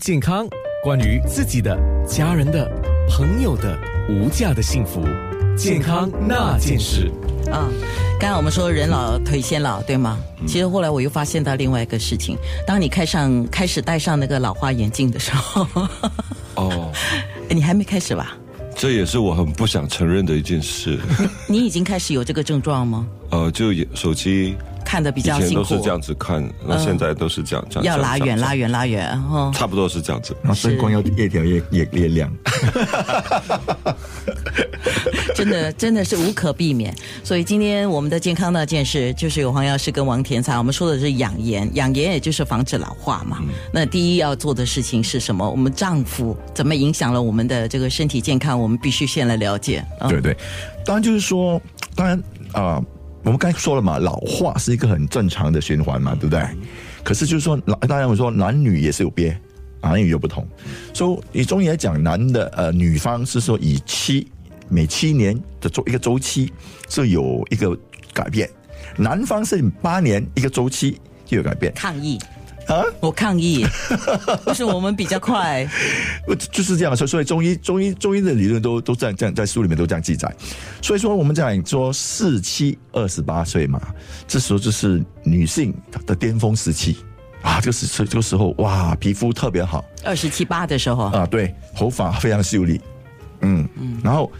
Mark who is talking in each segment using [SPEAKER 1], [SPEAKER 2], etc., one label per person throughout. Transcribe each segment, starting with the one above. [SPEAKER 1] 健康，关于自己的、家人的、朋友的无价的幸福，健康那件事。
[SPEAKER 2] 啊、刚才我们说人老腿先老，对吗？
[SPEAKER 3] 嗯
[SPEAKER 2] 其实后来我又发现到另外一个事情，当你开上开始戴上那个老花眼镜的时候，
[SPEAKER 3] 哦，
[SPEAKER 2] 你还没开始吧？
[SPEAKER 3] 这也是我很不想承认的一件事。
[SPEAKER 2] 你已经开始有这个症状吗？
[SPEAKER 3] 呃，就也手机
[SPEAKER 2] 看得比
[SPEAKER 3] 以
[SPEAKER 2] 较
[SPEAKER 3] 前
[SPEAKER 2] 辛
[SPEAKER 3] 都
[SPEAKER 2] 苦嗯
[SPEAKER 3] 是，这样子看，那现在都是这样，这样
[SPEAKER 2] 要拉远，
[SPEAKER 3] 这样
[SPEAKER 2] 拉远，拉远，哦
[SPEAKER 3] 这样，差不多是这样子。
[SPEAKER 4] 然后灯光要越调越越越亮。
[SPEAKER 2] 真的 真的是无可避免。所以今天我们的健康那件事，就是有黄药师跟王田才，我们说的是养颜，养颜也就是防止老化
[SPEAKER 3] 嗯
[SPEAKER 2] 嘛。那第一要做的事情是什么？我们丈夫怎么影响了我们的这个身体健康？我们必须先来了解。嗯
[SPEAKER 4] 对对，当然就是说，当然啊、我们刚才说了嘛，老化是一个很正常的循环嘛，对不对？可是就是说，老当然我说男女也是有别，男女有不同。所以以中医来讲，男的呃女方是说以七每七年的周一个周期是有一个改变，男方是八年一个周期就有改变。
[SPEAKER 2] 抗议啊！我抗 议，就是我们比较快，
[SPEAKER 4] 不呃就就是这样，所以所以中医中医中医的理论都都这样这样在书里面都这样记载，所以说我们讲说四七二十八岁嘛，这时候就是女性的巅峰时期啊，这个时这个时候哇，皮肤特别好
[SPEAKER 2] 二十七八的时候，
[SPEAKER 4] 啊，对，头发非常秀丽，嗯嗯，然后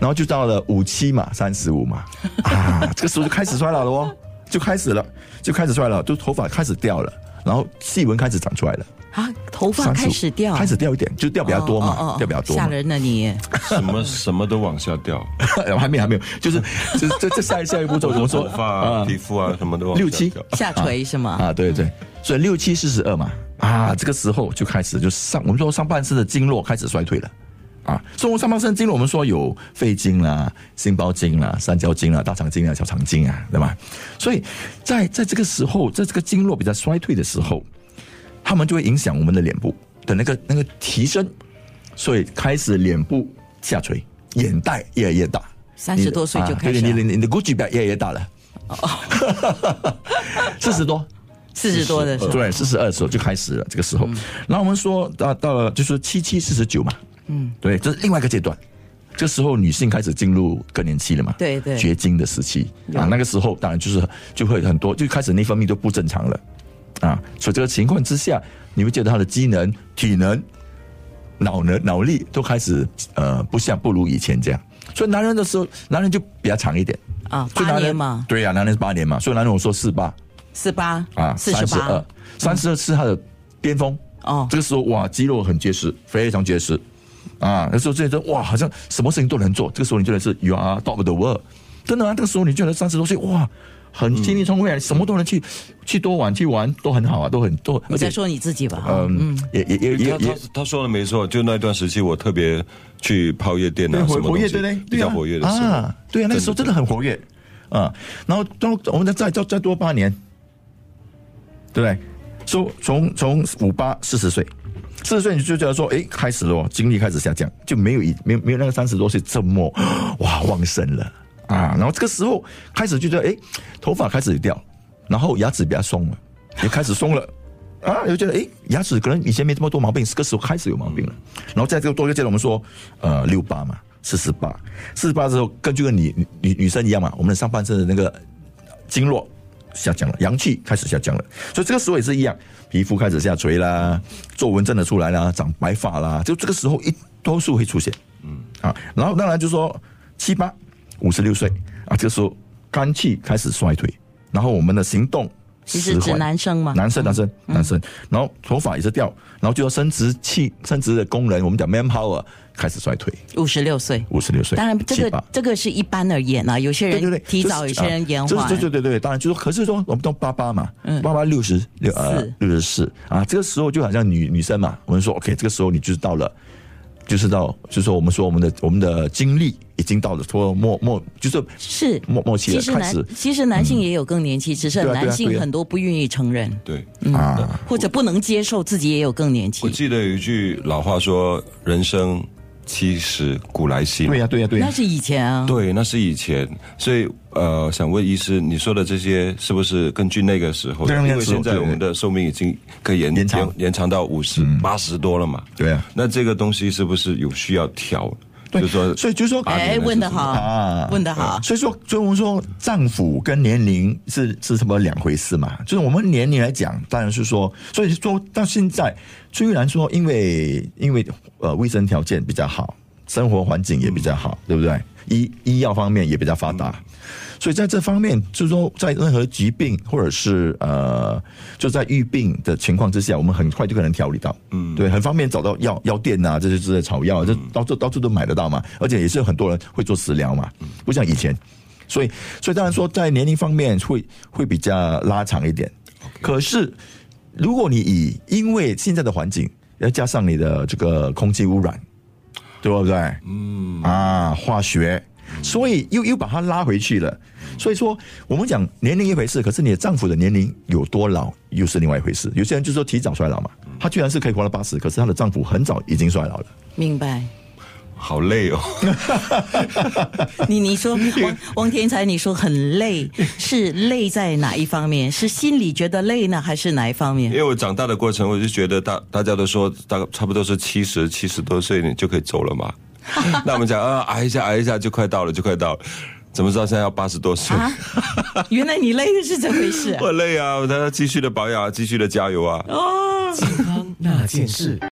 [SPEAKER 4] 然后就到了五七嘛，三十五嘛，啊，这个时候就开始衰老了哦，就开始了，就开始衰老，就头发开始掉了，然后细纹开始长出来了。
[SPEAKER 2] 啊，头发
[SPEAKER 4] 35
[SPEAKER 2] 开始掉，
[SPEAKER 4] 开始掉一点，就掉比较多嘛，
[SPEAKER 2] 哦哦哦
[SPEAKER 4] 掉比较多嘛。
[SPEAKER 2] 吓人呢你。
[SPEAKER 3] 什么什么都往下 掉，
[SPEAKER 4] 还没有还没有，就是就是这这下一下一步骤怎么说
[SPEAKER 3] 头？发、皮肤啊什么都往
[SPEAKER 4] 六
[SPEAKER 3] 下
[SPEAKER 4] 七
[SPEAKER 3] 掉。
[SPEAKER 2] 下垂是吗？
[SPEAKER 4] 啊，对对，所以六七四十二嘛，啊，这个时候就开始就上我们说上半身的经络开始衰退了。啊，所以我们上半身经络，我们说有肺经啦、心包经啦、三焦经啦、大肠经啦、小肠经啊，对吧？所以在在这个时候，在这个经络比较衰退的时候，它们就会影响我们的脸部的那个那个提升，所以开始脸部下垂，眼袋越来越大，
[SPEAKER 2] 30多岁就开始
[SPEAKER 4] 啊、对
[SPEAKER 2] 了
[SPEAKER 4] 你你你的 Gucci 表越来越大了，
[SPEAKER 2] 哦
[SPEAKER 4] 四十多。
[SPEAKER 2] 四十多的时候，嗯
[SPEAKER 4] 对，四十二时候就开始了，这个时候。然后我们说到到了就是七七四十九嘛，嗯，对，这是另外一个阶段。这时候女性开始进入更年期了嘛，
[SPEAKER 2] 对对
[SPEAKER 4] 绝经的时期啊，那个时候当然就是就会很多，就开始内分泌就不正常了啊。所以这个情况之下，你会觉得她的机能、体能、脑能、脑力都开始呃不像不如以前这样。所以男人的时候，男人就比较长一点
[SPEAKER 2] 啊
[SPEAKER 4] 所以
[SPEAKER 2] 八
[SPEAKER 4] 男人
[SPEAKER 2] 年嘛
[SPEAKER 4] 对呀、男人是八年嘛，所以男人我说四八，
[SPEAKER 2] 四八
[SPEAKER 4] 啊，
[SPEAKER 2] 四十八
[SPEAKER 4] 二，，三十二是他的巅峰。
[SPEAKER 2] 哦
[SPEAKER 4] 这个时候哇，肌肉很结实，非常结实啊。那时候这人哇，好像什么事情都能做。这个时候你觉得是 you are top of the world，真的啊。这个时候你觉得三十多岁哇，很精力充沛，
[SPEAKER 2] 嗯
[SPEAKER 4] 啊，什么都能去去多玩去玩，都很好啊，都很都。
[SPEAKER 2] 你
[SPEAKER 4] 而且
[SPEAKER 2] 再说你自己吧。
[SPEAKER 4] 嗯，也也也也
[SPEAKER 3] 他他
[SPEAKER 4] 也
[SPEAKER 3] 他说的没错，就那段时期我特别去泡夜店啊，什么东西比较活跃的时候
[SPEAKER 4] 啊，，对啊，那个时候真的很活跃啊。然后到我们再再再多八年，对不对？说从从五八四十岁，四十岁你就觉得说，哎，开始了哦，精力开始下降，就没有以没有没有那个三十多岁这么哇旺盛了啊。然后这个时候开始就觉得，哎，头发开始掉，然后牙齿比较松了，也开始松了。啊，又觉得哎，牙齿可能以前没这么多毛病，这个时候开始有毛病了。然后在这个多一个阶段，我们说，呃，六八嘛，四十八，四十八之后，根据跟女女女女生一样嘛，我们的上半身的那个经络下降了，阳气开始下降了，所以这个时候也是一样，皮肤开始下垂啦，皱纹真的出来啦，长白发啦，就这个时候一多数会出现，嗯啊，然后当然就说七八五十六岁啊，这个时候肝气开始衰退，然后我们的行动
[SPEAKER 2] 你
[SPEAKER 4] 迟
[SPEAKER 2] 是
[SPEAKER 4] 缓。
[SPEAKER 2] 指男生吗？嗯
[SPEAKER 4] 男生，男生，男生，然后头发也是掉，然后就要生殖器、生殖的功能，我们讲 man power 开始衰退，
[SPEAKER 2] 五十六岁。
[SPEAKER 4] 五十六岁，
[SPEAKER 2] 当然，这
[SPEAKER 4] 七八
[SPEAKER 2] 个这个是一般而言啊，有些
[SPEAKER 4] 对对对
[SPEAKER 2] 人，提早，有些人延缓嗯
[SPEAKER 4] 对。对对对，当然就是，可是说我们都八八嘛，八八六十六呃
[SPEAKER 2] 四
[SPEAKER 4] 六十四啊，这个时候就好像女女生嘛，我们说 OK，这个时候你就是到了，就是到，就是说我们说我们的我们的精力已经到了脱末末，就是
[SPEAKER 2] 是
[SPEAKER 4] 默默契了
[SPEAKER 2] 其实
[SPEAKER 4] 开始嗯
[SPEAKER 2] 男其实男性也有更年期，只是
[SPEAKER 4] 对啊对啊
[SPEAKER 2] 男
[SPEAKER 4] 对
[SPEAKER 2] 性
[SPEAKER 4] 啊
[SPEAKER 2] 很多不愿意承认，
[SPEAKER 3] 对。
[SPEAKER 2] 嗯
[SPEAKER 4] 啊，
[SPEAKER 2] 或者不能接受自己也有更年
[SPEAKER 3] 我
[SPEAKER 2] 期。
[SPEAKER 3] 记得有一句老话说：“人生七十古来稀。”
[SPEAKER 4] 对呀对呀对呀
[SPEAKER 2] 那，是以前啊，
[SPEAKER 3] 对，那是以前，所以呃，想问医师，你说的这些是不是根据那个时候的？
[SPEAKER 4] 对那
[SPEAKER 3] 因
[SPEAKER 4] 个
[SPEAKER 3] 为
[SPEAKER 4] 时候
[SPEAKER 3] 现在
[SPEAKER 4] 对
[SPEAKER 3] 我们的寿命已经可以延
[SPEAKER 4] 延长嗯
[SPEAKER 3] 延长到五十八十多了嘛？
[SPEAKER 4] 对啊
[SPEAKER 3] 那这个东西是不是有需要调？
[SPEAKER 4] 对
[SPEAKER 3] 就是说，
[SPEAKER 4] 所以就是说
[SPEAKER 3] 八年
[SPEAKER 2] 哎，
[SPEAKER 3] 了
[SPEAKER 2] 问的
[SPEAKER 3] 是不是
[SPEAKER 2] 好
[SPEAKER 4] 啊，
[SPEAKER 2] 问的好，
[SPEAKER 4] 所以说，所以我们说，丈夫跟年龄是是什么两回事嘛？就是我们年龄来讲，当然是说，所以说到现在，虽然说因为因为呃卫生条件比较好，生活环境也比较好，对不对？医医药方面也比较发达，所以在这方面，就是说在任何疾病或者是呃，就在预病的情况之下，我们很快就可能调理到，嗯，对，很方便找到药药店呐、这些之类的草药，啊这到处到处都买得到嘛，而且也是很多人会做食疗嘛，不像以前，所以所以当然说在年龄方面会会比较拉长一点，可是如果你以因为现在的环境，要加上你的这个空气污染，对不对？嗯啊，化学，所以又又把它拉回去了。所以说，我们讲年龄一回事，可是你的丈夫的年龄有多老又是另外一回事。有些人就说提早衰老嘛，她居然是可以活到八十，可是她的丈夫很早已经衰老了。
[SPEAKER 2] 明白。
[SPEAKER 3] 好累哦。
[SPEAKER 2] 你你说王王天才，你说很累，是累在哪一方面？是心里觉得累呢，还是哪一 方
[SPEAKER 3] 因
[SPEAKER 2] 面？
[SPEAKER 3] 为我长大的过程，我就觉得大大家都说大概差不多是七十七十多岁你就可以走了 嘛。那我们讲啊，挨一下挨一下就快到了，就快到了，怎么知道现在要八十多岁？
[SPEAKER 2] 啊，原来你累的是这回事啊、
[SPEAKER 3] 我累啊，我还要继续的保养啊，继续的加油啊。
[SPEAKER 1] 健康那件事。